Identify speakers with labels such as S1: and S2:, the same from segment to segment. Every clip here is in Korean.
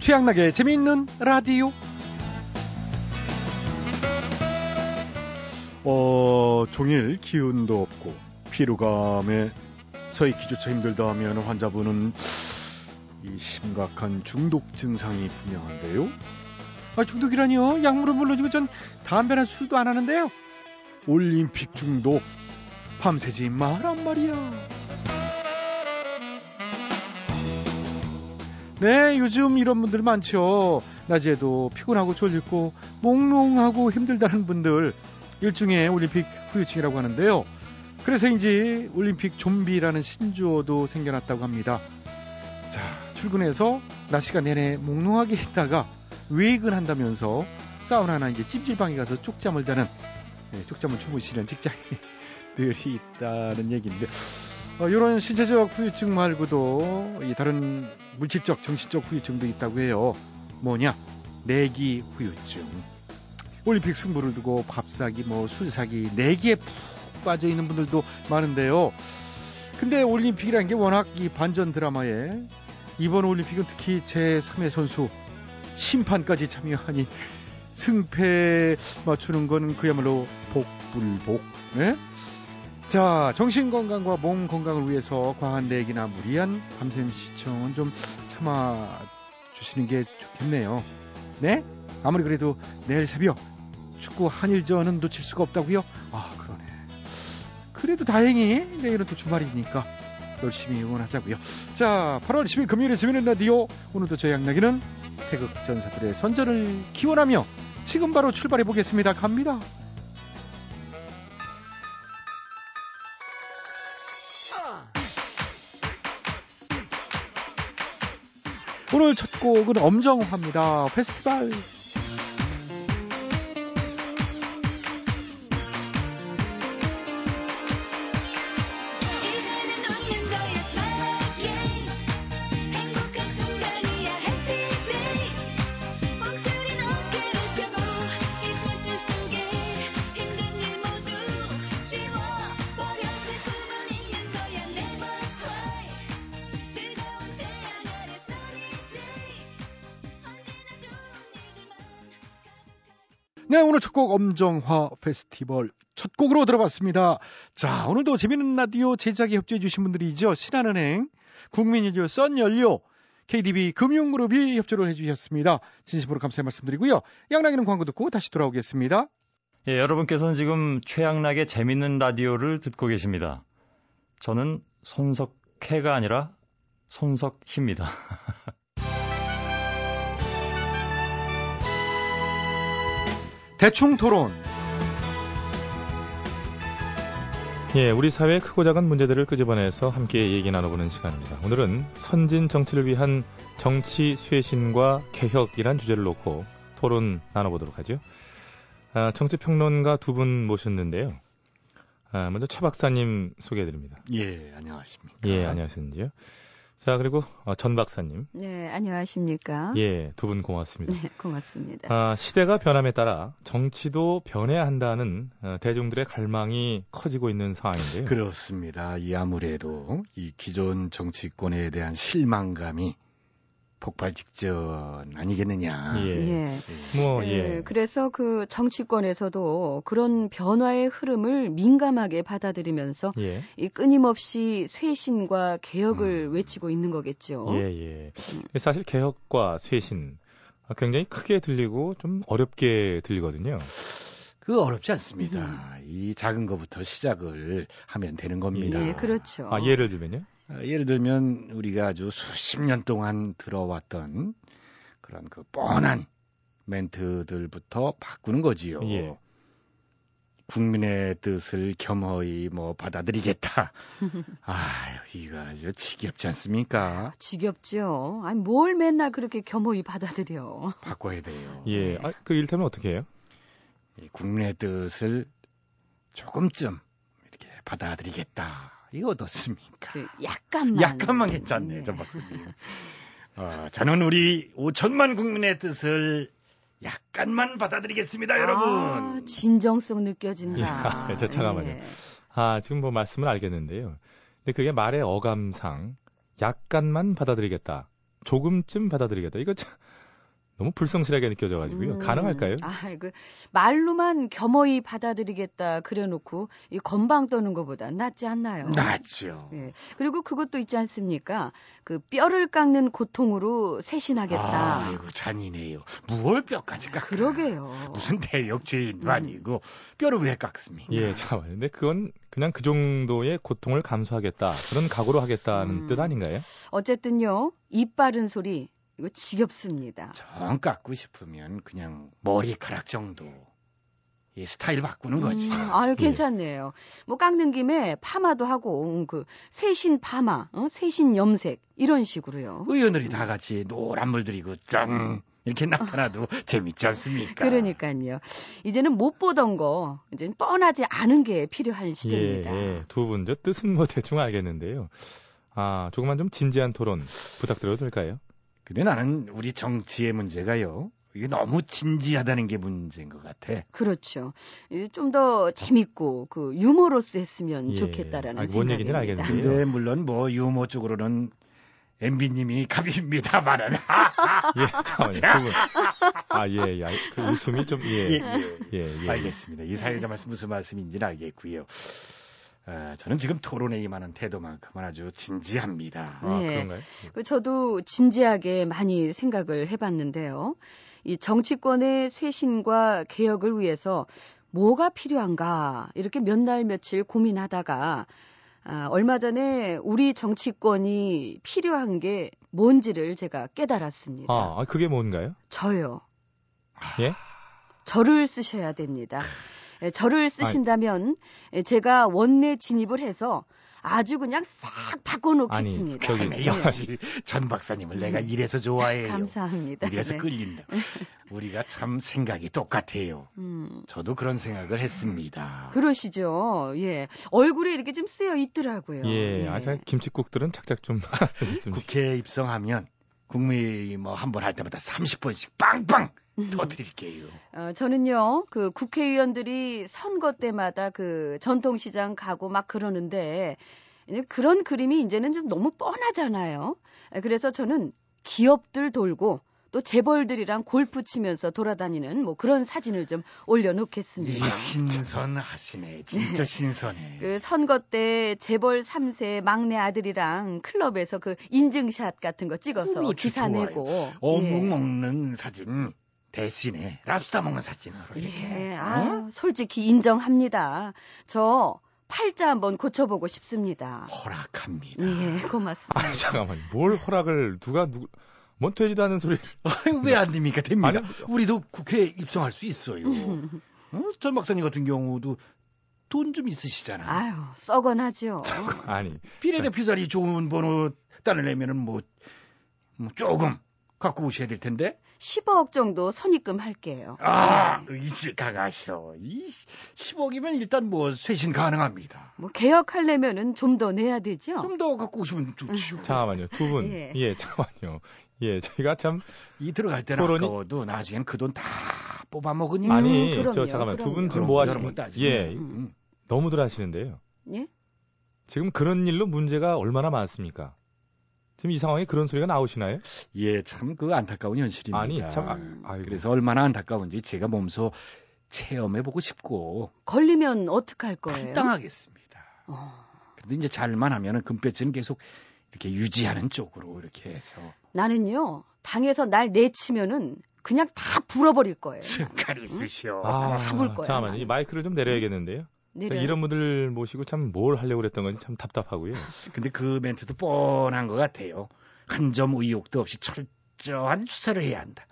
S1: 최양락의 재미있는 라디오. 어, 종일 기운도 없고 피로감에 서 있기조차 힘들다 하면 환자분은 이 심각한 중독 증상이 분명한데요. 아, 중독이라니요? 약물은 물론이고 전 담배나 술도 안 하는데요. 올림픽 중독 밤새지 마란 말이야. 네, 요즘 이런 분들 많죠. 낮에도 피곤하고 졸리고 몽롱하고 힘들다는 분들 일종의 올림픽 후유증이라고 하는데요. 그래서인지 올림픽 좀비라는 신조어도 생겨났다고 합니다. 자, 출근해서 낮 시간 내내 몽롱하게 있다가 외근한다면서 사우나나 이제 찜질방에 가서 쪽잠을 자는 예, 쪽잠을 주무시는 직장인들이 있다는 얘기인데 어, 이런 신체적 후유증 말고도 이 다른 물질적, 정신적 후유증도 있다고 해요. 뭐냐? 내기 후유증. 올림픽 승부를 두고 밥 사기, 뭐 술 사기, 내기에 푹 빠져 있는 분들도 많은데요. 근데 올림픽이라는 게 워낙 이 반전 드라마에 이번 올림픽은 특히 제3의 선수 심판까지 참여하니 승패 맞추는 건 그야말로 복불복. 네? 자, 정신 건강과 몸 건강을 위해서 과한 내기나 무리한 밤샘 시청은 좀 참아 주시는 게 좋겠네요. 네? 아무리 그래도 내일 새벽 축구 한일전은 놓칠 수가 없다고요? 아, 그러네. 그래도 다행히 내일은 또 주말이니까 열심히 응원하자고요. 자, 8월 10일 금요일에 재미있는 라디오 오늘도 저희 양락이는 태극 전사들의 선전을 기원하며 지금 바로 출발해 보겠습니다. 갑니다. 오늘 첫 곡은 엄정화입니다. 페스티벌.
S2: 이제는 없는 거야 smile again 행복한 순간이야 happy days 멈추린 어깨를 펴고 이곳을 속에 힘든 일 모두 지워버려 슬픔은 있는 거야 never cry 뜨거운 태양 아래 sunny days 언제나 좋은 일만
S1: 네, 오늘 첫 곡 엄정화 페스티벌 첫 곡으로 들어봤습니다. 자, 오늘도 재미있는 라디오 제작에 협조해주신 분들이죠. 신한은행, 국민연료, 썬연료, KDB 금융그룹이 협조를 해주셨습니다. 진심으로 감사의 말씀드리고요. 양락이는 광고 듣고 다시 돌아오겠습니다.
S3: 예, 여러분께서는 지금 최양락의 재밌는 라디오를 듣고 계십니다. 저는 손석해가 아니라 손석희입니다.
S1: 대충 토론.
S4: 예, 우리 사회의 크고 작은 문제들을 끄집어내서 함께 얘기 나눠보는 시간입니다. 오늘은 선진 정치를 위한 정치 쇄신과 개혁이란 주제를 놓고 토론 나눠보도록 하죠. 아, 정치 평론가 두 분 모셨는데요. 아, 먼저 최 박사님 소개해드립니다.
S1: 예, 안녕하십니까.
S4: 예, 안녕하신지요. 자, 그리고 어, 전 박사님.
S5: 네, 안녕하십니까?
S4: 예, 두 분 고맙습니다.
S5: 네, 고맙습니다.
S4: 아, 시대가 변함에 따라 정치도 변해야 한다는 어, 대중들의 갈망이 커지고 있는 상황인데요.
S1: 그렇습니다. 이 아무래도 이 기존 정치권에 대한 실망감이 폭발 직전 아니겠느냐.
S4: 예.
S5: 예.
S4: 뭐,
S5: 예,
S4: 예.
S5: 그래서 그 정치권에서도 그런 변화의 흐름을 민감하게 받아들이면서
S1: 그,
S4: 예.
S5: 이 끊임없이 쇄신과 개혁을 외치고 있는 거겠죠.
S4: 음. 예, 예.
S1: 음.
S4: 사실 개혁과 쇄신 아, 굉장히 크게 들리고 좀 어렵게 들리거든요.
S1: 그 어렵지 않습니다. 이 작은 거부터 시작을 하면 되는 겁니다.
S4: 예,
S5: 예, 그렇죠.
S4: 아, 예를 들면요.
S1: 어, 예를 들면 우리가 아주 수십 년 동안 들어왔던 그런 그 뻔한 멘트들부터 바꾸는 거지요.
S4: 예.
S1: 국민의 뜻을 겸허히 뭐 받아들이겠다. 아유, 이거 아주 지겹지 않습니까?
S5: 지겹죠. 아니 뭘 맨날 그렇게 겸허히 받아들여.
S1: 바꿔야 돼요.
S4: 예. 아, 그 일테면 어떻게 해요?
S1: 이 국민의 뜻을 조금쯤 이렇게 받아들이겠다. 이거 어떻습니까?
S5: 그 약간만.
S1: 약간만 괜찮네, 전 박사님. 어, 저는 우리 5천만 국민의 뜻을 약간만 받아들이겠습니다,
S5: 아,
S1: 여러분.
S5: 진정성 느껴진다.
S4: 예, 저 잠깐만요.
S5: 예.
S4: 아, 지금 뭐 말씀은 알겠는데요. 근데 그게 말의 어감상 약간만 받아들이겠다. 조금쯤 받아들이겠다. 이거 참 너무 불성실하게 느껴져가지고요.
S5: 음,
S4: 가능할까요?
S5: 아, 그 말로만 겸허히 받아들이겠다 그려놓고 이 건방 떠는 것보다 낫지 않나요?
S6: 낫죠.
S5: 예. 그리고 그것도 있지 않습니까? 그 뼈를 깎는 고통으로 쇄신하겠다.
S4: 예.
S6: 아이고 잔인해요. 무얼 뼈까지 깎아.
S5: 그러게요.
S6: 무슨 대역죄인도
S5: 어. 음.
S6: 아니고 뼈를 왜 깎습니까?
S4: 예, 잠깐만요. 근데 그건 그냥 그 정도의 고통을 감수하겠다. 그런 각오로 하겠다는
S5: 음.
S4: 뜻 아닌가요?
S5: 어쨌든요, 입 바른 소리 이거 지겹습니다.
S6: 정 깎고 싶으면 그냥 머리카락 정도. 예, 스타일 바꾸는 거지.
S5: 음,
S4: 예.
S5: 아유 괜찮네요. 뭐 깎는 김에 파마도 하고 음, 그 세신 파마, 어? 세신 염색 이런 식으로요.
S6: 의원들이 다 같이 노란 물들이고 짱 이렇게 나타나도 재밌지 않습니까?
S5: 어. 그러니까요. 이제는 못 보던 거, 이제 는 뻔하지 않은 게
S4: 예.
S5: 필요한 시대입니다.
S4: 두 분, 저 뜻은 뭐 대충 알겠는데요. 아, 조금만 좀 진지한 토론 부탁드려도 될까요?
S6: 근데 나는 우리 정치의 문제가요. 이게 너무 진지하다는 게 문제인 것 같아.
S5: 그렇죠. 좀 더 재밌고 그 유머로스 했으면
S4: 예.
S5: 좋겠다라는
S4: 아, 뭔
S5: 생각입니다.
S4: 얘기인지는 알겠는데요.
S6: 근데 물론 뭐 유머 쪽으로는 MB님이 갑입니다만은
S4: 예, 잠깐만요. 두 분. 아, 예, 예. 그 웃음이 좀, 예. 예, 예.
S6: 알겠습니다. 이 사회자 말씀 무슨 말씀인지는 알겠고요. 아, 저는 지금 토론에 임하는 태도만큼은 아주 진지합니다.
S4: 아,
S5: 네.
S4: 그런가요?
S5: 그 저도 진지하게 많이 생각을 해봤는데요. 이 정치권의 쇄신과 개혁을 위해서 뭐가 필요한가 이렇게 몇 날 며칠 고민하다가 아, 얼마 전에 우리 정치권이 필요한 게 뭔지를 제가 깨달았습니다.
S4: 아, 아, 그게 뭔가요?
S5: 저요.
S4: 예?
S5: 저를 쓰셔야 됩니다. 예, 저를 쓰신다면 예, 제가 원내 진입을 해서 아주 그냥 싹 바꿔놓겠습니다.
S4: 저기,
S6: 네,
S5: 예.
S6: 역시 전 박사님을 내가 이래서 좋아해요.
S5: 감사합니다.
S6: 이래서
S5: 네.
S6: 끌린다. 우리가 참 생각이 똑같아요.
S5: 음,
S6: 저도 그런 생각을 했습니다.
S5: 그러시죠. 예. 얼굴에 이렇게 좀 쓰여 있더라고요. 네.
S4: 예. 아, 참, 김치국들은 착착 좀 알겠습니다.
S6: 국회에 입성하면 국무회의 뭐 한 번 할 때마다 30번씩 빵빵
S5: 음.
S6: 터드릴게요.
S5: 어, 저는요, 그 국회의원들이 선거 때마다 그 전통시장 가고 막 그러는데, 이제 그런 그림이 이제는 좀 너무 뻔하잖아요. 아, 그래서 저는 기업들 돌고, 또 재벌들이랑 골프 치면서 돌아다니는 뭐 그런 사진을 좀 올려놓겠습니다.
S6: 이 신선하시네. 아, 진짜 신선해.
S5: 그 선거 때 재벌 3세 막내 아들이랑 클럽에서 그 인증샷 같은 거 찍어서
S6: 그렇지,
S5: 기사
S6: 좋아요.
S5: 내고.
S6: 어묵
S5: 예.
S6: 먹는 사진 대신에 랍스타 먹는 사진으로 이렇게.
S5: 예,
S6: 어?
S5: 아, 솔직히 인정합니다. 저 팔자 한번 고쳐보고 싶습니다.
S6: 허락합니다.
S5: 예, 고맙습니다.
S4: 아, 잠깐만. 뭘 허락을, 누가, 누구, 뭔 되지도 않은 소리를.
S6: 왜 안 됩니까? 됩니다.
S4: 아니,
S6: 우리도 국회에 입성할 수 있어요. 어? 전 박사님 같은 경우도 돈 좀 있으시잖아.
S5: 아유, 썩어나죠.
S4: 아니,
S6: 비례대표 자리 좋은 번호 따내려면은 뭐, 뭐 조금 갖고 오셔야 될 텐데.
S5: 10억 정도 선입금 할게요.
S6: 아, 이질 강하셔. 이 10억이면 일단 뭐 쇄신 가능합니다.
S5: 뭐 개혁하려면은 좀 더 내야 되죠. 음,
S6: 좀 더 갖고 오시면 좋지요.
S4: 잠깐만요. 두 분.
S5: 예.
S4: 예, 잠깐만요. 예, 저희가 참,
S6: 이 들어갈 때는
S4: 토론이-
S6: 아까워도 나중엔 그 돈 다 뽑아 먹으니
S5: 음,
S4: 아니,
S5: 그럼요,
S4: 저 잠깐만 두 분 지금
S5: 그럼요.
S4: 뭐
S6: 여러
S4: 하시는
S6: 번
S4: 거
S6: 따지면.
S4: 예,
S6: 음.
S4: 너무들 하시는데요.
S5: 예?
S4: 지금 그런 일로 문제가 얼마나 많습니까? 지금 이 상황에 그런 소리가 나오시나요?
S6: 예, 참 그 안타까운 현실입니다.
S4: 아니, 참, 아, 아이고.
S6: 그래서 얼마나 안타까운지 제가 몸소 체험해 보고 싶고
S5: 걸리면 어떡할 거예요?
S6: 탈당하겠습니다.
S5: 네. 어,
S6: 그래도 이제 잘만 하면은 금배지는 계속 이렇게 유지하는 쪽으로 이렇게 해서
S5: 나는요, 당에서 날 내치면은 그냥 다 불어버릴 거예요.
S6: 증칼 있으시오.
S4: 아,
S5: 가볼 거예요,
S4: 잠깐만요.
S5: 나는.
S4: 이 마이크를 좀 내려야겠는데요.
S5: 내려.
S4: 이런 분들 모시고 참 뭘 하려고 그랬던 건지 참 답답하고요.
S6: 근데 그 멘트도 뻔한 것 같아요. 한 점 의혹도 없이 철저한 수사를 해야 한다.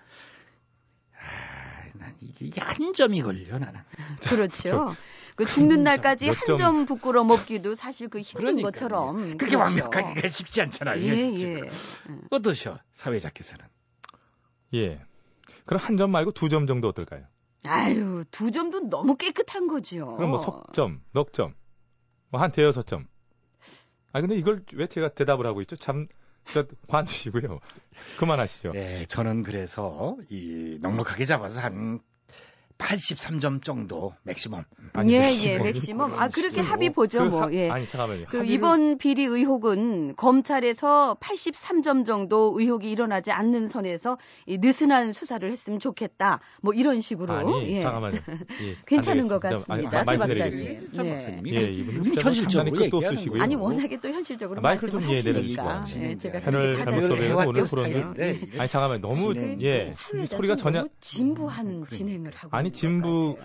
S6: 아, 난 이게 이게 한 점이 걸려 나는.
S5: 그렇죠. 그 죽는 날까지
S4: 몇 점-
S5: 한 점 부끄러 먹기도 사실 그 힘든
S6: 그러니까요.
S5: 것처럼.
S6: 그렇게
S5: 그렇죠.
S6: 완벽하기가 쉽지 않잖아요.
S5: 예,
S6: 실제로.
S5: 예.
S6: 어떠셔 사회자께서는?
S4: 예. 그럼 한 점 말고 두 점 정도 어떨까요?
S5: 아유, 두 점도 너무 깨끗한 거지요.
S7: 어.
S4: 그럼 뭐 석점, 넉점, 뭐 한 대여섯 점. 아 근데 이걸 왜 제가 대답을 하고 있죠? 참, 저 관두시고요. 그만하시죠.
S6: 네, 저는 그래서 이 넉넉하게 잡아서 한
S1: 83점 정도 맥시멈.
S2: 아니,
S7: 예,
S2: 맥시멈이
S7: 예, 맥시멈. 아, 그렇게
S1: 식으로.
S7: 합의 보죠,
S2: 그
S7: 뭐.
S2: 합-
S7: 예.
S2: 아니 잠깐만요.
S7: 그
S2: 합의를-
S7: 이번 비리 의혹은 검찰에서 83점 정도 의혹이 일어나지 않는 선에서 이 느슨한 수사를 했으면 좋겠다. 뭐 이런 식으로.
S2: 아니
S7: 예.
S2: 잠깐만요. 예,
S7: 괜찮은 것
S2: 알겠습니다. 아니,
S7: 같습니다.
S2: 아,
S7: 최
S2: 마이크
S7: 박사님.
S2: 내리겠습니다.
S1: 장
S7: 예.
S1: 박사님이
S2: 예, 이분
S1: 우리
S2: 숫자는
S1: 현실적으로
S2: 상당히 끝도
S1: 얘기하는
S2: 없으시고요.
S1: 거예요.
S7: 아니
S2: 뭐.
S7: 워낙에 또 현실적으로
S2: 마이크를 좀
S7: 말씀을
S2: 예,
S7: 하시니까
S2: 내려주시고.
S1: 네,
S7: 예, 제가
S2: 패널
S7: 그렇게
S2: 잘못
S7: 받아들여서
S2: 섭외해서 오늘
S7: 어땠어요.
S2: 그런
S4: 네,
S7: 예.
S2: 아니 잠깐만 너무
S1: 진행.
S2: 예
S7: 네. 사회자도
S2: 소리가 전혀
S7: 너무 진부한 진행을 하고
S2: 아니
S7: 있는 것 같아요.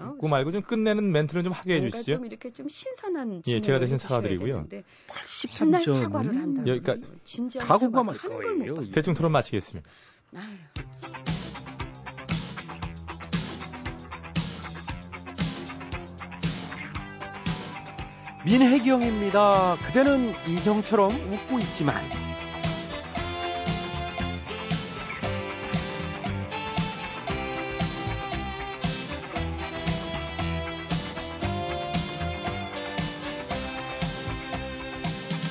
S2: 진부고 말고 좀 끝내는 멘트를 좀 하게
S7: 뭔가
S2: 해주시죠.
S7: 좀 이렇게 좀 신선한
S2: 예, 제가
S7: 진행을
S2: 대신
S7: 해주셔야
S2: 사과드리고요.
S7: 되는데 맨날
S1: 83점.
S7: 사과를 한다.
S2: 예, 그러니까
S7: 진지한
S1: 가구가 말
S7: 사과를 하는 걸못
S1: 거예요.
S7: 봤어요.
S1: 이게.
S2: 대충 토론 마치겠습니다.
S7: 아유.
S1: 민혜경입니다. 그대는 이경처럼 웃고 있지만.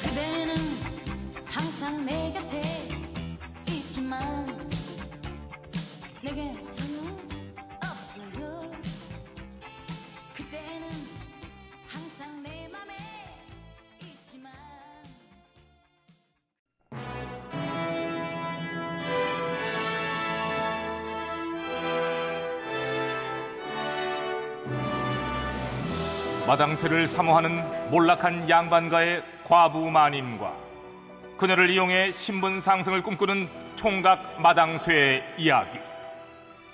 S5: 그대는 항상 내 곁에 있지만 내게서는 없어요 그대는 항상 내 맘에 있지만
S4: 마당쇠를 사모하는 몰락한 양반가의 과부 마님과 그녀를 이용해 신분 상승을 꿈꾸는 총각 마당쇠의 이야기.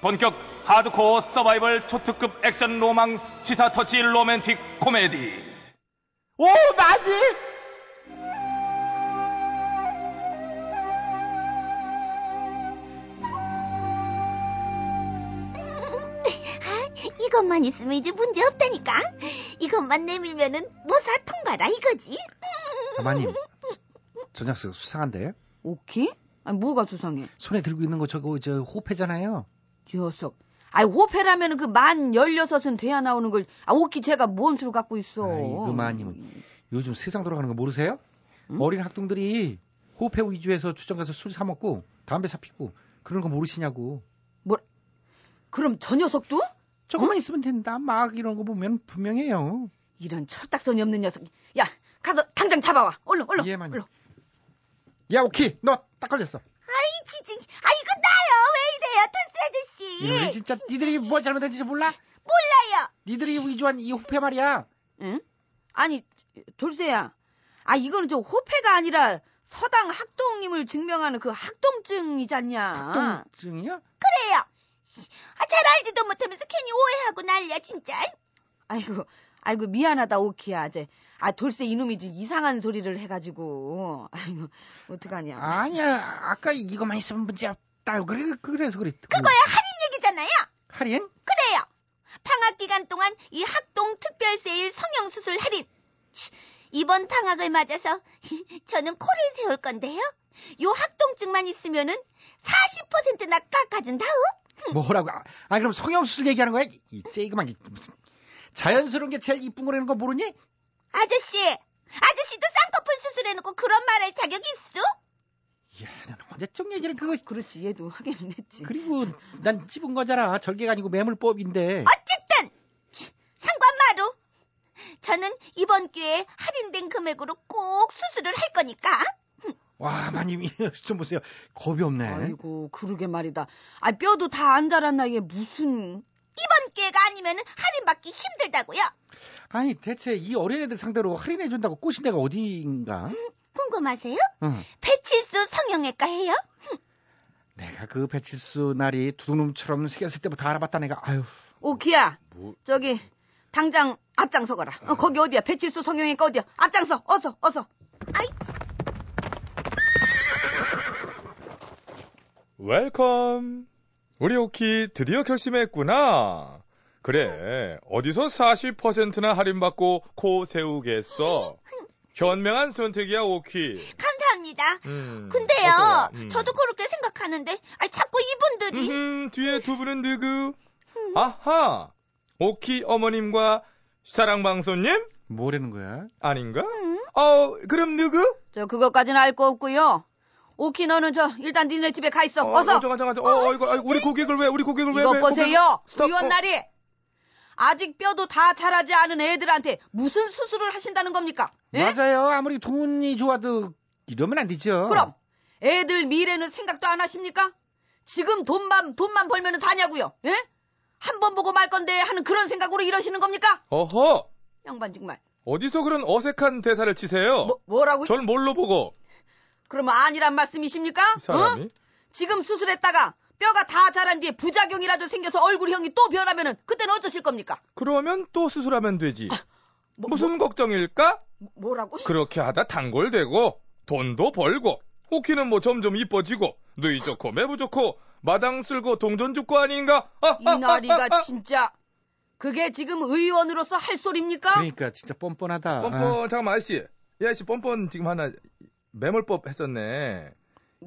S4: 본격 하드코어 서바이벌 초특급 액션 로망 시사 터치 로맨틱 코미디. 오, 마님!
S8: 아, 이것만 있으면 이제 문제 없다니까. 이것만 내밀면은 모사 통과라 이거지.
S1: 마님, 저 녀석 수상한데?
S7: 오키? 아니 뭐가 수상해?
S1: 손에 들고 있는 거 저거 저 호패잖아요.
S7: 녀석. 아이 호패라면은 그 만 열여섯은 돼야 나오는 걸. 아 오키 제가 뭔 수를 갖고 있어.
S1: 아이고, 그 마님은. 요즘 세상 돌아가는 거 모르세요? 어린 학동들이 호패 위주에서 출장 가서 술 사 먹고 담배 사 피고 그런 거 모르시냐고.
S7: 그럼 저 녀석도?
S1: 조금만 있으면 된다. 아, 막 이런 거 보면 분명해요.
S7: 이런 철딱선이 없는 녀석. 야 가서 당장 잡아와. 얼른 얼른.
S1: 예, 마님.
S7: 얼른.
S1: 야, 오키, 너 딱 걸렸어.
S8: 아이 지진. 아 이거 나요.
S7: 예.
S8: 왜 이래요, 털스
S1: 이놈이
S8: 아저씨.
S1: 진짜 니들이 뭘 잘못했는지 몰라?
S8: 몰라요.
S1: 니들이 위조한 이 호패 말이야.
S7: 응? 아니 돌쇠야. 아 이거는 저 호패가 아니라 서당 학동임을 증명하는 그 학동증이잖냐.
S1: 학동증이야?
S8: 그래요. 아, 잘 알지도 못하면서 괜히 오해하고 난리야 진짜.
S7: 아이고, 아이고 미안하다 오키야. 이제 아 돌쇠 이놈이 좀 이상한 소리를 해가지고 아이고 어떡하냐.
S1: 아니야 아까 이거만 있으면 문제 없다 그래 그래서 그랬
S8: 그거야 할인 얘기잖아요.
S1: 할인
S8: 그래요. 방학 기간 동안 이 학동 특별 세일 성형 수술 할인. 치, 이번 방학을 맞아서 저는 코를 세울 건데요. 요 학동증만 있으면은 40%나 깎아준다우.
S1: 뭐라고 아 아니, 그럼 성형수술 얘기하는 거야 이 째이그만 이 무슨 자연스러운 게 제일 이쁜 거라는 거 모르니
S8: 아저씨, 아저씨도 쌍꺼풀 수술해놓고 그런 말 할 자격이 있어?
S1: 야난 언제적 얘기를 그거
S7: 아, 그렇지 얘도 하긴 했지.
S1: 그리고 난 찝은 거잖아 절개가 아니고 매물법인데
S8: 어쨌든 치, 상관마루. 저는 이번 기회에 할인된 금액으로 꼭 수술을 할 거니까.
S1: 와 마님 좀 보세요 겁이 없네
S7: 아이고 그러게 말이다. 아 뼈도 다 안 자랐나 이게 무슨
S8: 이번 기회가 아니면 할인 받기 힘들다고요.
S1: 아니 대체 이 어린애들 상대로 할인해 준다고 꼬신 데가 어디인가
S8: 궁금하세요?
S1: 응.
S8: 배칠수 성형외과 해요?
S1: 내가 그 배칠수 날이 두둥놈처럼 새겼을 때부터 알아봤다 내가 아유
S7: 오키야.
S9: 뭐?
S7: 저기 당장 앞장서거라. 어, 거기 어디야? 배치수 성형외과 어디야? 앞장서. 어서 어서.
S9: 웰컴. 우리 오키 드디어 결심했구나. 그래. 어디서 40%나 할인받고 코 세우겠어. 현명한 선택이야, 오키.
S8: 감사합니다.
S9: 음, 어서
S8: 근데요,
S9: 와. 음.
S8: 저도 그렇게 생각하는데, 아니, 자꾸 이분들이 음.
S9: 음흠, 뒤에 두 분은 누구? 아하. 오키 어머님과 사랑방송님?
S1: 뭐라는 거야
S9: 아닌가? 어, 그럼 누구?
S7: 저 그것까지는 알 거 없고요. 오키 너는 저 일단 니네 집에 가 있어. 어서.
S9: 어, 저, 저, 저, 어, 이거, 우리 고객을 아, 왜, 우리 고객을 왜,
S7: 이거
S9: 왜, 고객을-
S7: 보세요.
S9: 스톱,
S7: 의원
S9: 어.
S7: 날이 아직 뼈도 다 자라지 않은 애들한테 무슨 수술을 하신다는 겁니까? 예?
S1: 맞아요. 아무리 돈이 좋아도 이러면 안 되죠.
S7: 그럼 애들 미래는 생각도 안 하십니까? 지금 돈만 돈만 벌면은 다냐고요? 예? 한 번 보고 말 건데 하는 그런 생각으로 이러시는 겁니까?
S9: 어허!
S7: 양반 정말
S9: 어디서 그런 어색한 대사를 치세요?
S7: 뭐, 뭐라고?
S9: 절 뭘로 보고?
S7: 그러면 아니란 말씀이십니까?
S10: 이 사람이
S7: 어? 지금 수술했다가 뼈가 다 자란 뒤에 부작용이라도 생겨서 얼굴형이 또 변하면은 그때는 어쩌실 겁니까?
S9: 그러면 또 수술하면 되지.
S7: 뭐,
S9: 무슨 걱정일까?
S7: 뭐, 뭐라고?
S9: 그렇게 하다 단골되고 돈도 벌고 호키는 뭐 점점 이뻐지고 누이 좋고 매부 좋고 마당 쓸고 동전 줍고 아닌가? 아, 아, 아, 아,
S7: 이나리가
S9: 아.
S7: 진짜 그게 지금 의원으로서 할 소리입니까?
S1: 그러니까 진짜 뻔뻔하다. 아,
S9: 뻔뻔 잠깐만 아저씨 이 아저씨 뻔뻔 지금 하나 매몰법 했었네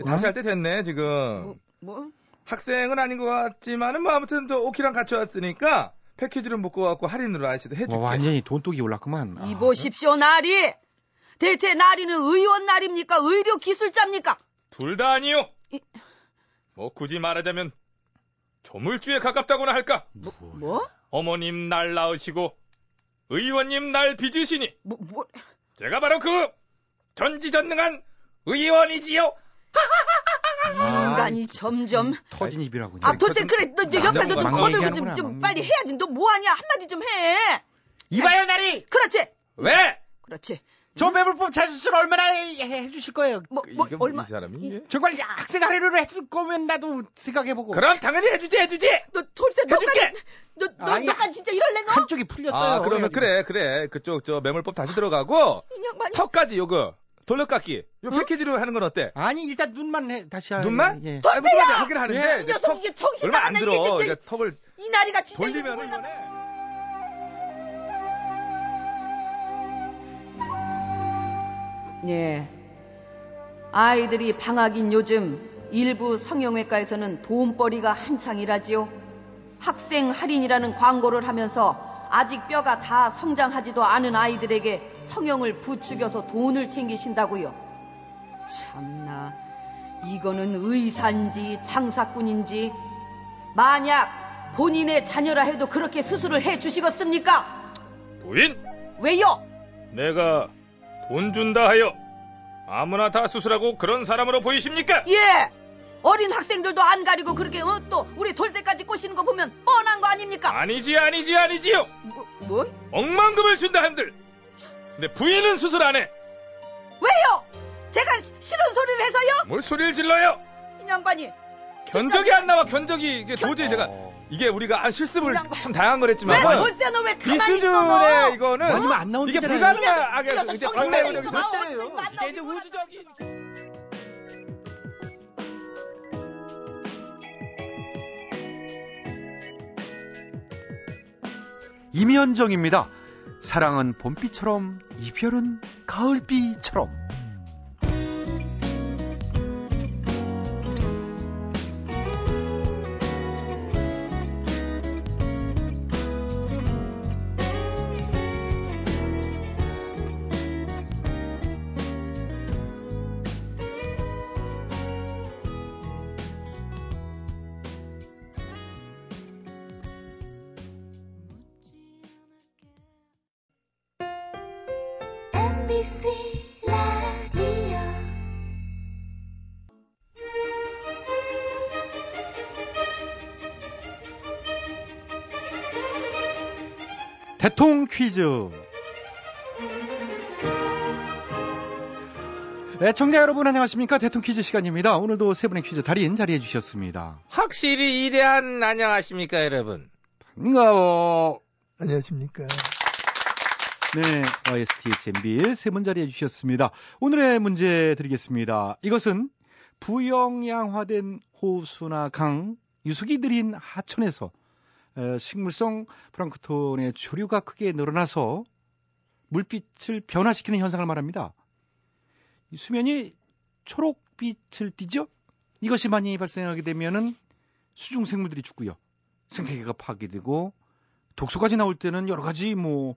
S9: 다시 할 때 됐네 지금
S7: 뭐, 뭐?
S9: 학생은 아닌 것 같지만은 뭐 아무튼 또 오키랑 같이 왔으니까 패키지를 묶어갖고 할인으로 아저씨도 해줄게
S1: 와, 완전히 돈독이 올랐구만. 아,
S7: 이보십시오 나리 대체 나리는 의원 나리입니까? 의료 기술자입니까?
S9: 둘 다 아니요
S7: 이-
S9: 뭐 굳이 말하자면 조물주에 가깝다고나 할까
S1: 뭐,
S7: 뭐?
S9: 어머님 날 낳으시고 의원님 날 빚으시니
S7: 뭐, 뭐?
S9: 제가 바로 그 전지전능한 의원이지요.
S7: 인간이 점점
S1: 터진 입이라고.
S7: 아
S1: 그냥.
S7: 도대체 그래 너 이제 옆에서 좀
S9: 망-
S7: 거들고
S1: 망-
S7: 좀, 좀
S1: 망-
S7: 빨리 해야지 너 뭐하냐 한마디 좀 해
S1: 이봐요, 나리!
S7: 그렇지
S9: 왜?
S7: 그렇지
S1: 저 매불법 자수술 아, 얼마나 해, 해- 해주실 거예요?
S7: 뭐, 뭐
S9: 이게
S7: 얼마
S9: 이 사람이 이게?
S1: 정말 학생 할애를 해줄 거면 나도 생각해보고.
S9: 그럼 당연히 해주지 해주지.
S7: 너 돌쇠
S9: 해줄게!
S7: 너까지 너, 너
S1: 아니,
S7: 약간 진짜 이럴래 너?
S1: 한쪽이 풀렸어요.
S9: 아 그러면 그래 그래 그쪽 저 매몰법 다시 들어가고
S7: 인형 많이
S9: 턱까지 요거 돌려깎기 요 패키지로 하는 건 어때?
S1: 아니, 일단 눈만 해, 다시 하
S9: 눈만?
S1: 예.
S9: 아니, 무슨 말이야 하긴 하는데
S7: 예, 이
S9: 이제
S7: 녀석
S9: 턱
S7: 이게 정신
S9: 얼마 안
S7: 나갔나 이게
S9: 들어.
S7: 진짜
S9: 그러니까 턱을
S7: 이 나리가 진짜 이게
S9: 돌리면은
S7: 몰라. 예. 아이들이 방학인 요즘 일부 성형외과에서는 돈벌이가 한창이라지요. 학생 할인이라는 광고를 하면서 아직 뼈가 다 성장하지도 않은 아이들에게 성형을 부추겨서 돈을 챙기신다고요. 참나. 이거는 의사인지 장사꾼인지 만약 본인의 자녀라 해도 그렇게 수술을 해 주시겠습니까?
S9: 부인
S7: 왜요?
S9: 내가 돈 준다 하여 아무나 다 수술하고 그런 사람으로 보이십니까?
S7: 예. 어린 학생들도 안 가리고 그렇게 어, 또 우리 돌쇠까지 꼬시는 거 보면 뻔한 거 아닙니까?
S9: 아니지 아니지 아니지요.
S7: 뭐, 뭐?
S9: 억만금을 준다 한들 근데 부인은 수술 안 해.
S7: 왜요? 제가 싫은 소리를 해서요?
S9: 뭘 소리를 질러요?
S7: 이 양반이
S9: 견적이 안 나와 견적이 이게 도저히 제가 이게 우리가 아, 실습을 참 다양한 걸
S7: 어. 왜
S9: 했지만
S7: 돌쇠 너왜
S9: 이
S7: 가만히 있어 너?
S9: 수준의 이거는
S1: 아니면 안 나오는
S9: 이게
S1: 거잖아요.
S9: 불가능하게
S7: 이래서
S9: 이제
S7: 정신
S9: 박나요
S7: 차리고
S9: 여기서
S7: 나와,
S9: 때려요.
S7: 어떻게 만나,
S9: 이게 이제 우주적인
S11: 임현정입니다. 사랑은 봄비처럼 이별은 가을비처럼
S2: MBC 라디오
S1: 대통 퀴즈. 네, 애청자 여러분 안녕하십니까 대통 퀴즈 시간입니다. 오늘도 세 분의 퀴즈 달인 자리해 주셨습니다.
S9: 확실히 이대한 안녕하십니까 여러분.
S1: 반가워.
S12: 안녕하십니까.
S1: 네, YSTHMB 세분 자리해 주셨습니다. 오늘의 문제 드리겠습니다. 이것은 부영양화된 호수나 강, 유수기 들인 하천에서 에, 식물성 플랑크톤의 조류가 크게 늘어나서 물빛을 변화시키는 현상을 말합니다. 이 수면이 초록빛을 띠죠? 이것이 많이 발생하게 되면은 수중 생물들이 죽고요. 생태계가 파괴되고 독소까지 나올 때는 여러 가지 뭐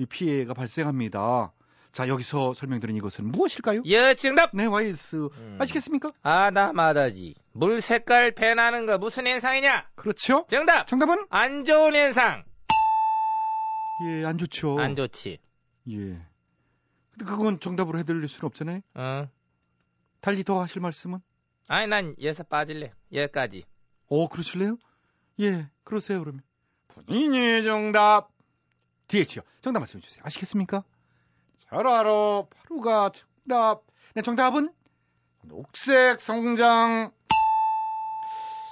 S1: 이 피해가 발생합니다. 자, 여기서 설명드린 이것은 무엇일까요?
S9: 여 정답.
S1: 네, 와이스. 아시겠습니까?
S9: 아나 네. 마다지. 물 색깔 변하는 거 무슨 현상이냐?
S1: 그렇죠?
S9: 정답.
S1: 정답은
S9: 안 좋은 현상.
S1: 예, 안 좋죠.
S13: 안 좋지.
S1: 예. 근데 그건 정답으로 해드릴 수는 없잖아요.
S13: 어.
S1: 달리 더 하실 말씀은?
S13: 아니 난 여기서 빠질래. 여기까지.
S1: 어, 그러실래요? 예, 그러세요, 그러면. 본인이 정답. DH요. 정답 말씀해 주세요. 아시겠습니까? 잘 알아. 바로가 정답. 네, 정답은? 녹색 성장.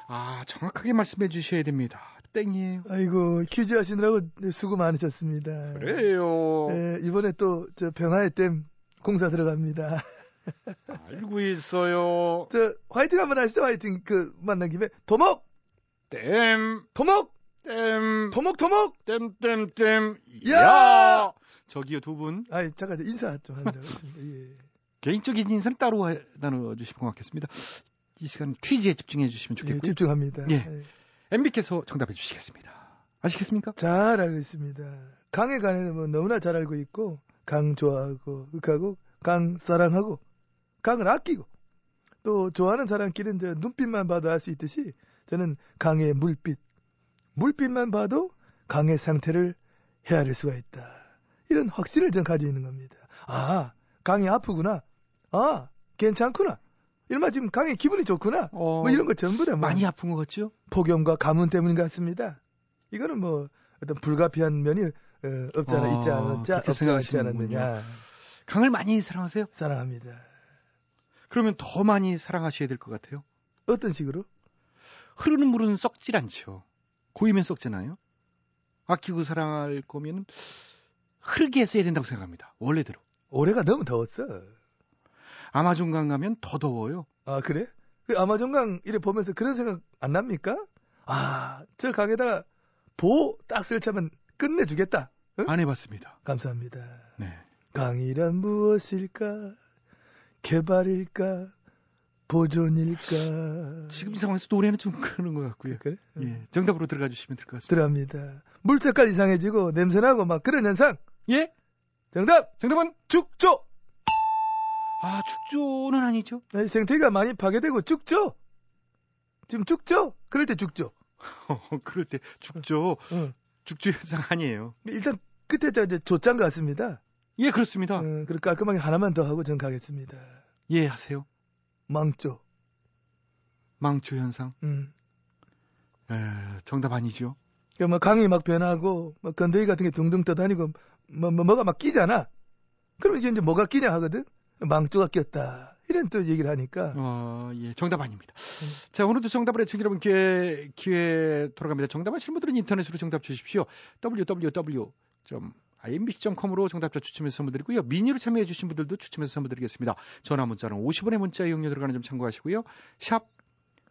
S1: 아, 정확하게 말씀해 주셔야 됩니다. 땡이에요.
S14: 아이고 퀴즈 하시느라고 수고 많으셨습니다.
S1: 그래요.
S14: 예, 이번에 또 저 병화의 댐 공사 들어갑니다.
S1: 알고 있어요.
S14: 저 화이팅 한번 하시죠 화이팅 그 만난 김에 도목
S1: 땜,
S14: 도목
S1: 땜,
S14: 도목 도목.
S1: 땜땜땜.
S14: 야!
S1: 야! 저기요, 두 분.
S14: 아 잠깐 인사 좀 하려고 했습니다. 예.
S1: 개인적인 인사는 따로 해- 나눠주시면 고맙겠습니다. 이 시간 퀴즈에 집중해 주시면
S14: 예,
S1: 좋겠고요.
S14: 집중합니다.
S1: 예. MB께서 정답해 주시겠습니다. 아시겠습니까?
S14: 잘 알고 있습니다. 강에 관해서 뭐 너무나 잘 알고 있고 강 좋아하고 윽하고 강 사랑하고 강을 아끼고 또 좋아하는 사람끼리는 저 눈빛만 봐도 알 수 있듯이 저는 강의 물빛 물빛만 봐도 강의 상태를 헤아릴 수가 있다. 이런 확신을 전 가지고 있는 겁니다. 아 강이 아프구나. 아 괜찮구나. 이른바 지금 강의 기분이 좋구나.
S1: 어,
S14: 뭐 이런 거 전부 다 뭐.
S1: 많이 아픈 것 같죠?
S14: 폭염과 가뭄 때문 같습니다. 이거는 뭐 어떤 불가피한 면이 어, 없지 않아
S1: 아,
S14: 있지 않았자 없지
S1: 그렇게
S14: 않았지
S1: 생각하시는군요.
S14: 않았느냐
S1: 강을 많이 사랑하세요?
S14: 사랑합니다.
S1: 그러면 더 많이 사랑하셔야 될 것 같아요.
S14: 어떤 식으로?
S1: 흐르는 물은 썩질 않죠. 고이면 썩잖아요. 아끼고 사랑할 거면 흐르게 써야 된다고 생각합니다. 원래대로.
S14: 올해가 너무 더웠어.
S1: 아마존강 가면 더 더워요.
S14: 아 그래? 그 아마존강 이래 보면서 그런 생각 안 납니까? 아 저 강에다가 보 딱 설치하면 끝내주겠다. 응?
S1: 안 해봤습니다.
S14: 감사합니다.
S1: 네.
S14: 강이란 무엇일까? 개발일까? 보존일까?
S1: 지금 이 상황에서 노래는 좀 그러는 것 같고요.
S14: 그래?
S1: 예, 정답으로 들어가 주시면 될 것 같습니다.
S14: 들어갑니다. 물 색깔 이상해지고 냄새나고 막 그런 현상.
S1: 예?
S14: 정답
S1: 정답은?
S14: 죽조.
S1: 아, 축조는 아니죠.
S14: 아니, 생태가 많이 파괴되고 죽죠. 지금 죽죠. 그럴 때 죽죠.
S1: 어, 그럴 때 축조,
S14: 응.
S1: 축조 현상 아니에요.
S14: 일단 끝에 저 이제 조장 같습니다.
S1: 예, 그렇습니다.
S14: 음, 그리고 깔끔하게 하나만 더 하고 전 가겠습니다.
S1: 예, 하세요.
S14: 망조.
S1: 망조 현상.
S14: 음.
S1: 에, 정답 아니죠.
S14: 그러니까 뭐 강이 막 변하고 뭐 건더기 같은 게 둥둥 떠다니고 뭐, 뭐 뭐가 막 끼잖아. 그럼 이제 이제 뭐가 끼냐 하거든. 망조가 꼈다. 이런 또 얘기를 하니까
S1: 어, 예, 정답 아닙니다. 자, 오늘도 정답을 해주신 여러분 기회, 기회 돌아갑니다. 정답 아시는 분들은 인터넷으로 정답 주십시오. www. imbc.com으로 정답자 추첨해서 선물 드리고요. 미니로 참여해 주신 분들도 추첨해서 선물 드리겠습니다. 전화 문자는 50원의 문자 이용료 들어가는 점 참고하시고요. 샵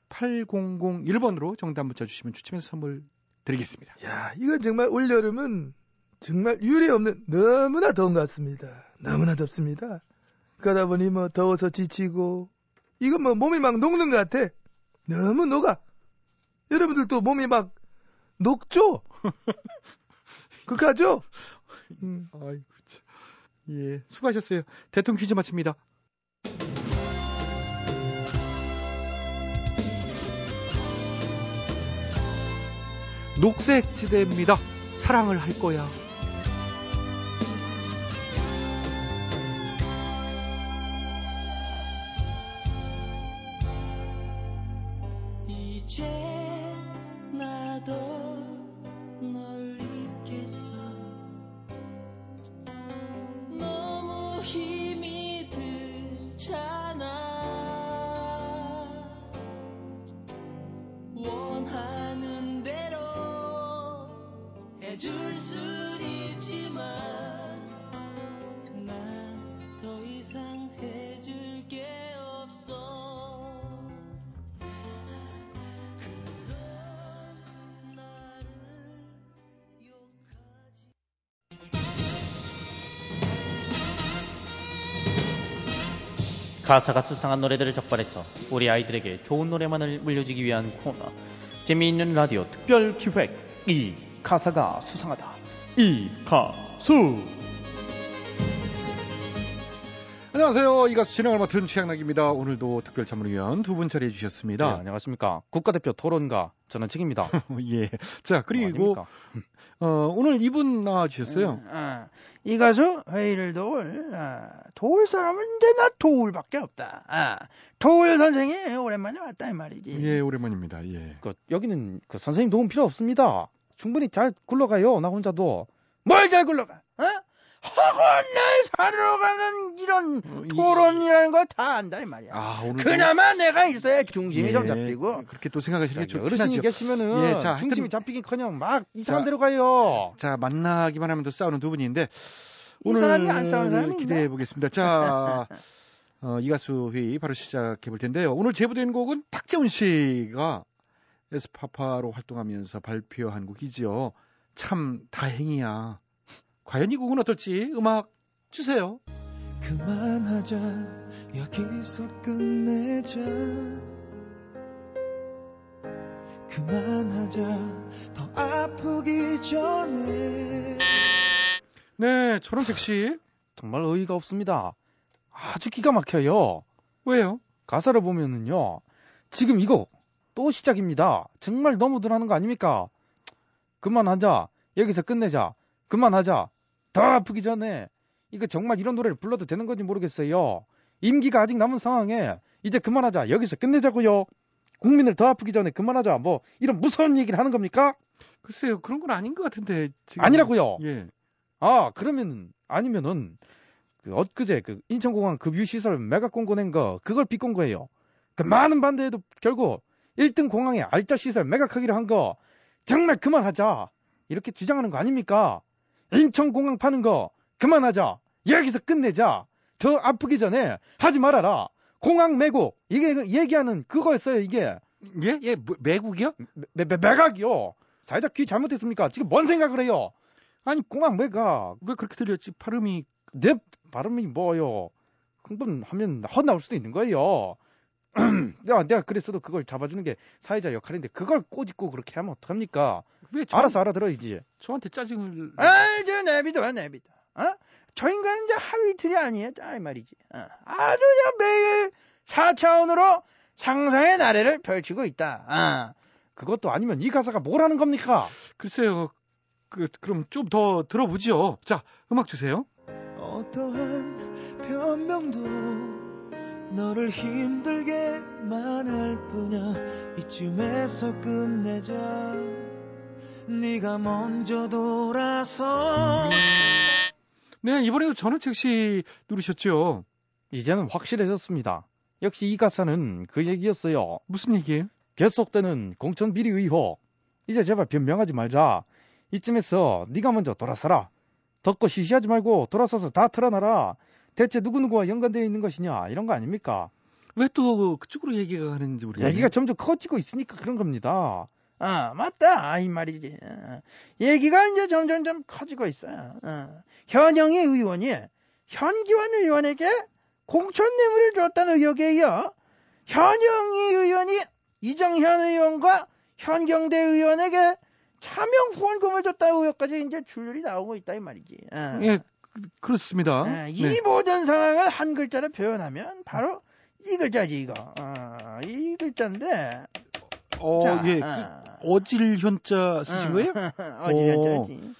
S1: 8001번으로 정답 문자 주시면 추첨해서 선물 드리겠습니다.
S14: 야, 이건 정말 올여름은 정말 유례 없는 너무나 더운 것 같습니다. 너무나 덥습니다. 그러다 보니 뭐 더워서 지치고, 이건 뭐 몸이 막 녹는 것 같아. 너무 녹아. 여러분들도 몸이 막 녹죠? 극하죠? 음,
S1: 아이고, 참. 예, 수고하셨어요. 대통령 퀴즈 마칩니다. 녹색 지대입니다. 사랑을 할 거야.
S15: 이제 나도 널 잊겠어 너무 힘이 들잖아 원하는 대로 해줄 순 있지만 난 더 이상 해줄 게 없어
S13: 가사가 수상한 노래들을 적발해서 우리 아이들에게 좋은 노래만을 물려주기 위한 코너 재미있는 라디오 특별 기획 이 가사가 수상하다 이 가수
S1: 안녕하세요. 이가수 진행을 맡은 최양락입니다. 오늘도 특별 참모위원 두 분 자리해
S13: 네,
S16: 예,
S1: 주셨습니다.
S13: 안녕하십니까 국가대표 토론가 저는 책입니다
S16: 뭐
S1: 예. 자, 그리고 어, 오늘 이분 나와주셨어요.
S13: 음, 아,
S17: 어, 이 가수 회의를 도울 아, 도울 사람은 이제 나 도울밖에 없다. 아, 도울 선생이 오랜만에 왔다 이 말이지.
S1: 예, 오랜만입니다. 예.
S16: 그, 여기는 그 선생님 도움 필요 없습니다. 충분히 잘 굴러가요. 나 혼자도. 뭘 잘 굴러가?
S17: 어? 허건 날 사러 가는 이런
S16: 어,
S17: 토론이라는 거 다 안다 이 말이야.
S1: 아,
S16: 음.
S1: 오늘
S17: 그나마 내가 있어야 중심이 좀
S1: 예,
S17: 잡히고
S1: 그렇게 또 생각하시는 게 좋긴
S16: 어르신이
S1: 하죠.
S16: 계시면은
S1: 예, 자,
S16: 중심이
S1: 하여튼
S16: 잡히긴커녕 막 이상한
S1: 자, 네.
S16: 데로 가요.
S1: 자 만나기만 하면 또 싸우는 두 분인데
S16: 이
S1: 오늘
S16: 사람이 안 싸우는 사람이
S1: 기대해 보겠습니다. 자. 어, 이 가수 회의 바로 시작해 볼 텐데요. 오늘 제보된 곡은 탁재훈 씨가 에스파파로 활동하면서 발표한 곡이지요. 참 다행이야. 과연 이 곡은 어떨지 음악 주세요.
S15: 그만하자 여기서 끝내자 그만하자 더 아프기 전에
S1: 네, 초롱색 씨.
S16: 정말 어이가 없습니다. 아주 기가 막혀요.
S1: 왜요?
S16: 가사를 보면은요. 지금 이거 또 시작입니다. 정말 너무들 하는 거 아닙니까? 그만하자. 여기서 끝내자. 그만하자. 더 아프기 전에. 이거 정말 이런 노래를 불러도 되는 건지 모르겠어요. 임기가 아직 남은 상황에 이제 그만하자. 여기서 끝내자고요. 국민을 더 아프기 전에 그만하자. 뭐 이런 무서운 얘기를 하는 겁니까?
S1: 글쎄요. 그런 건 아닌 것 같은데. 지금.
S16: 아니라고요.
S1: 예.
S16: 아 그러면 아니면은 그 엊그제 그 인천공항 급유시설 메가 공고 낸 거 그걸 비꼰 거예요. 그 많은 반대에도 결국 1등 공항에 알짜 시설 매각하기로 한 거 정말 그만하자 이렇게 주장하는 거 아닙니까? 인천공항 파는 거 그만하자 여기서 끝내자 더 아프기 전에 하지 말아라 공항 매국 이게 그 얘기하는 그거였어요 이게
S1: 예? 예 매국이요?
S16: 매, 매, 매각이요 사회자 귀 잘못했습니까? 지금 뭔 생각을 해요? 아니 공항 매각
S1: 왜 그렇게 들렸지? 발음이
S16: 내 발음이 뭐요? 흥분하면 헛나올 수도 있는 거예요. 내가, 내가 그랬어도 그걸 잡아주는 게 사회자 역할인데 그걸 꼬집고 그렇게 하면 어떡합니까?
S1: 왜
S16: 알아서 알아들어야지. 음.
S1: 저한테 짜증을
S17: 아저 내비둬 내비둬. 어? 저 인간은 이제 하루 이틀이 아니에요. 짜, 이 말이지. 어. 아주 그냥 매일 4차원으로 상상의 나래를 펼치고 있다. 어.
S16: 그것도 아니면 이 가사가 뭐라는 겁니까?
S1: 글쎄요. 그, 그럼 좀 더 들어보죠. 자, 음악 주세요.
S15: 어떠한 변명도 너를 힘들게만 할 뿐이야 이쯤에서 끝내자 네가 먼저 돌아서
S1: 네, 이번에도 전원책 씨 누르셨죠?
S16: 이제는 확실해졌습니다. 역시 이 가사는 그 얘기였어요.
S1: 무슨 얘기예요?
S16: 계속되는 공천 비리 의혹. 이제 제발 변명하지 말자. 이쯤에서 네가 먼저 돌아서라. 덮고 시시하지 말고 돌아서서 다 털어놔라. 대체 누구누구와 연관되어 있는 것이냐 이런 거 아닙니까?
S1: 왜 또 그쪽으로 얘기가 가는지 모르겠네요.
S16: 얘기가 점점 커지고 있으니까 그런 겁니다.
S17: 아, 맞다. 아, 이 말이지. 어. 얘기가 이제 점점점 커지고 있어. 어. 현영희 의원이 현기환 의원에게 공천 뇌물을 줬다는 의혹에 이어 현영희 의원이 이정현 의원과 현경대 의원에게 차명 후원금을 줬다는 의혹까지 이제 줄줄이 나오고 있다 이 말이지.
S16: 아.
S17: 어.
S1: 예, 그- 그렇습니다.
S17: 아, 이
S1: 네.
S17: 모든 상황을 한 글자로 표현하면 바로 이 글자지 이거. 어, 이 글자인데.
S1: 어,
S17: 자,
S1: 예. 그
S17: 어.
S1: 어질 현자 쓰신
S17: 어,
S1: 거예요?
S17: 어질 현자
S1: 어,
S17: 쓰지.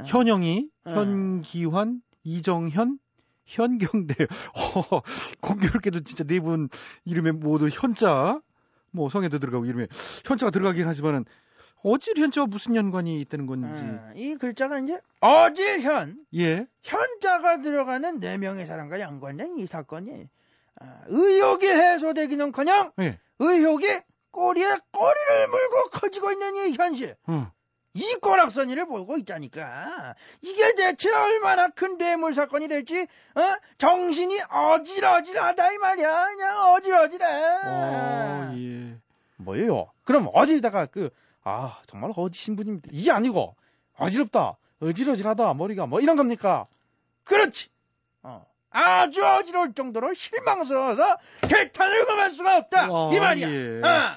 S17: 어.
S1: 현영이,
S17: 어.
S1: 현기환, 이정현, 현경대. 어, 공교롭게도 진짜 네 분 이름에 모두 현자, 뭐 성에도 들어가고 이름에 현자가 들어가긴 하지만은 어질 현자와 무슨 연관이 있다는 건지.
S17: 어, 이 글자가 이제 어질현
S1: 예.
S17: 현자가 들어가는 네 명의 사람과 연관된 이 사건이 어, 의혹이 해소되기는커녕
S1: 예.
S17: 의혹이 꼬리에 꼬리를 물고 커지고 있는 이 현실
S1: 어.
S17: 이 꼬락서니를 보고 있다니까 이게 대체 얼마나 큰 뇌물 사건이 될지 어? 정신이 어질어질하다 이 말이야 그냥 어질어질해
S1: 어, 예.
S16: 뭐예요? 그럼 어질다가 그, 아, 정말 어지신 분입니다. 이게 아니고, 어지럽다, 어지러질하다, 머리가 뭐 이런 겁니까?
S17: 그렇지. 어. 아주 어지러울 정도로 실망스러워서 개탄을 금할 수가 없다.
S1: 와,
S17: 이 말이야.
S1: 예.
S17: 어.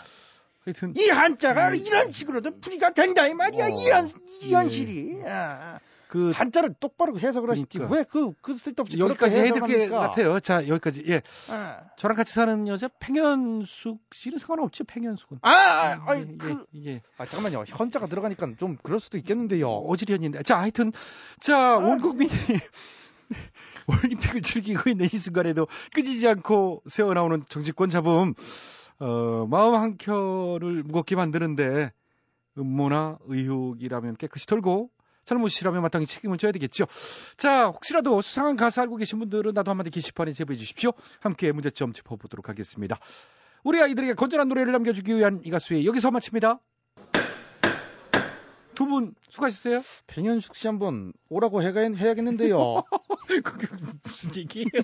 S1: 하여튼 어.
S17: 이 한자가
S1: 예.
S17: 이런 식으로도 풀이가 된다 이 말이야.
S1: 와,
S17: 이, 어, 현,
S1: 예.
S17: 실이
S1: 그
S17: 한자를 똑바로 해석을 하시지
S1: 그러니까.
S17: 왜 그 그 쓸데없이
S1: 여기까지
S17: 그렇게
S1: 해드릴 게
S17: 해석합니까?
S1: 같아요. 자 여기까지 예.
S17: 아.
S1: 저랑 같이 사는 여자 팽현숙 씨는 상관없죠. 팽현숙은.
S17: 아, 아, 아이,
S1: 예,
S17: 그-
S1: 예, 예.
S16: 아 잠깐만요. 현자가 들어가니까 좀 그럴 수도 있겠는데요. 아.
S1: 어지련인데. 자 하여튼 자온 국민이 올림픽을 즐기고 있는 이 순간에도 끊이지 않고 새어나오는 정치권 잡음 어, 마음 한 켠을 무겁게 만드는데 음모나 의혹이라면 깨끗이 털고 잘못이라면 마땅히 책임을 져야 되겠죠. 자, 혹시라도 수상한 가사 알고 계신 분들은 나도 한마디 게시판에 제보해 주십시오. 함께 문제점 짚어보도록 하겠습니다. 우리 아이들에게 건전한 노래를 남겨주기 위한 이 가수의 여기서 마칩니다. 두 분 수고하셨어요.
S16: 백현숙 씨 한번 오라고 해가, 해야겠는데요.
S1: 그게 무슨 얘기예요?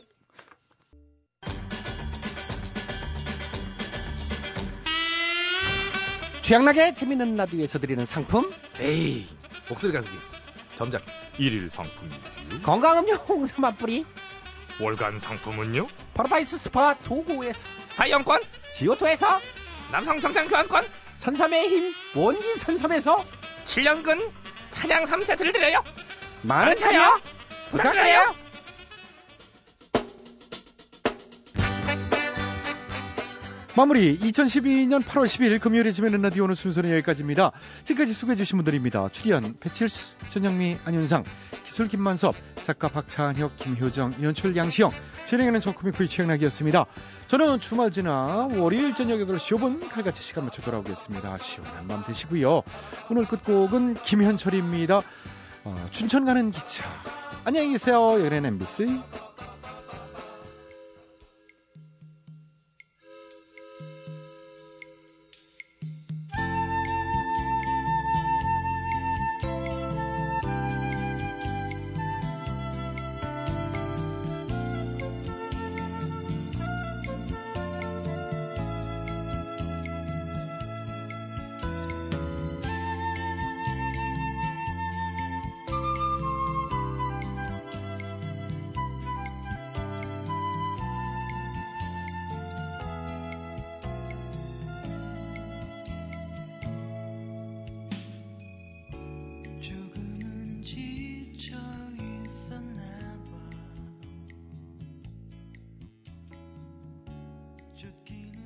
S1: 취향나게 재밌는 라디오에서 드리는 상품
S9: 에이 목소리 가수기 점작 1일 상품이지요
S1: 건강음료 홍삼 한 뿌리
S9: 월간 상품은요
S1: 파라다이스 스파 도구에서
S9: 스파 영권
S1: 지오토에서
S9: 남성 정장 교환권
S1: 선삼의 힘 원진 선삼에서
S9: 7년근 사냥 3세트를 드려요
S1: 많은 참여 부탁드려요. 마무리 2012년 8월 10일 금요일에 지면은 라디오 오늘 순서는 여기까지입니다. 지금까지 소개해주신 분들입니다. 출연 배칠수, 전영미, 안윤상, 기술 김만섭, 작가 박찬혁, 김효정, 연출 양시영, 진행하는 저코미쿠이 최영락이었습니다. 저는 주말 지나 월요일 저녁 8시 5분 칼같이 시간 맞춰 돌아오겠습니다. 시원한 밤 되시고요. 오늘 끝곡은 김현철입니다. 어, 춘천 가는 기차. 안녕히 계세요. 여기는 MBC.
S15: 조금은 지쳐 있었나 봐 쫓기는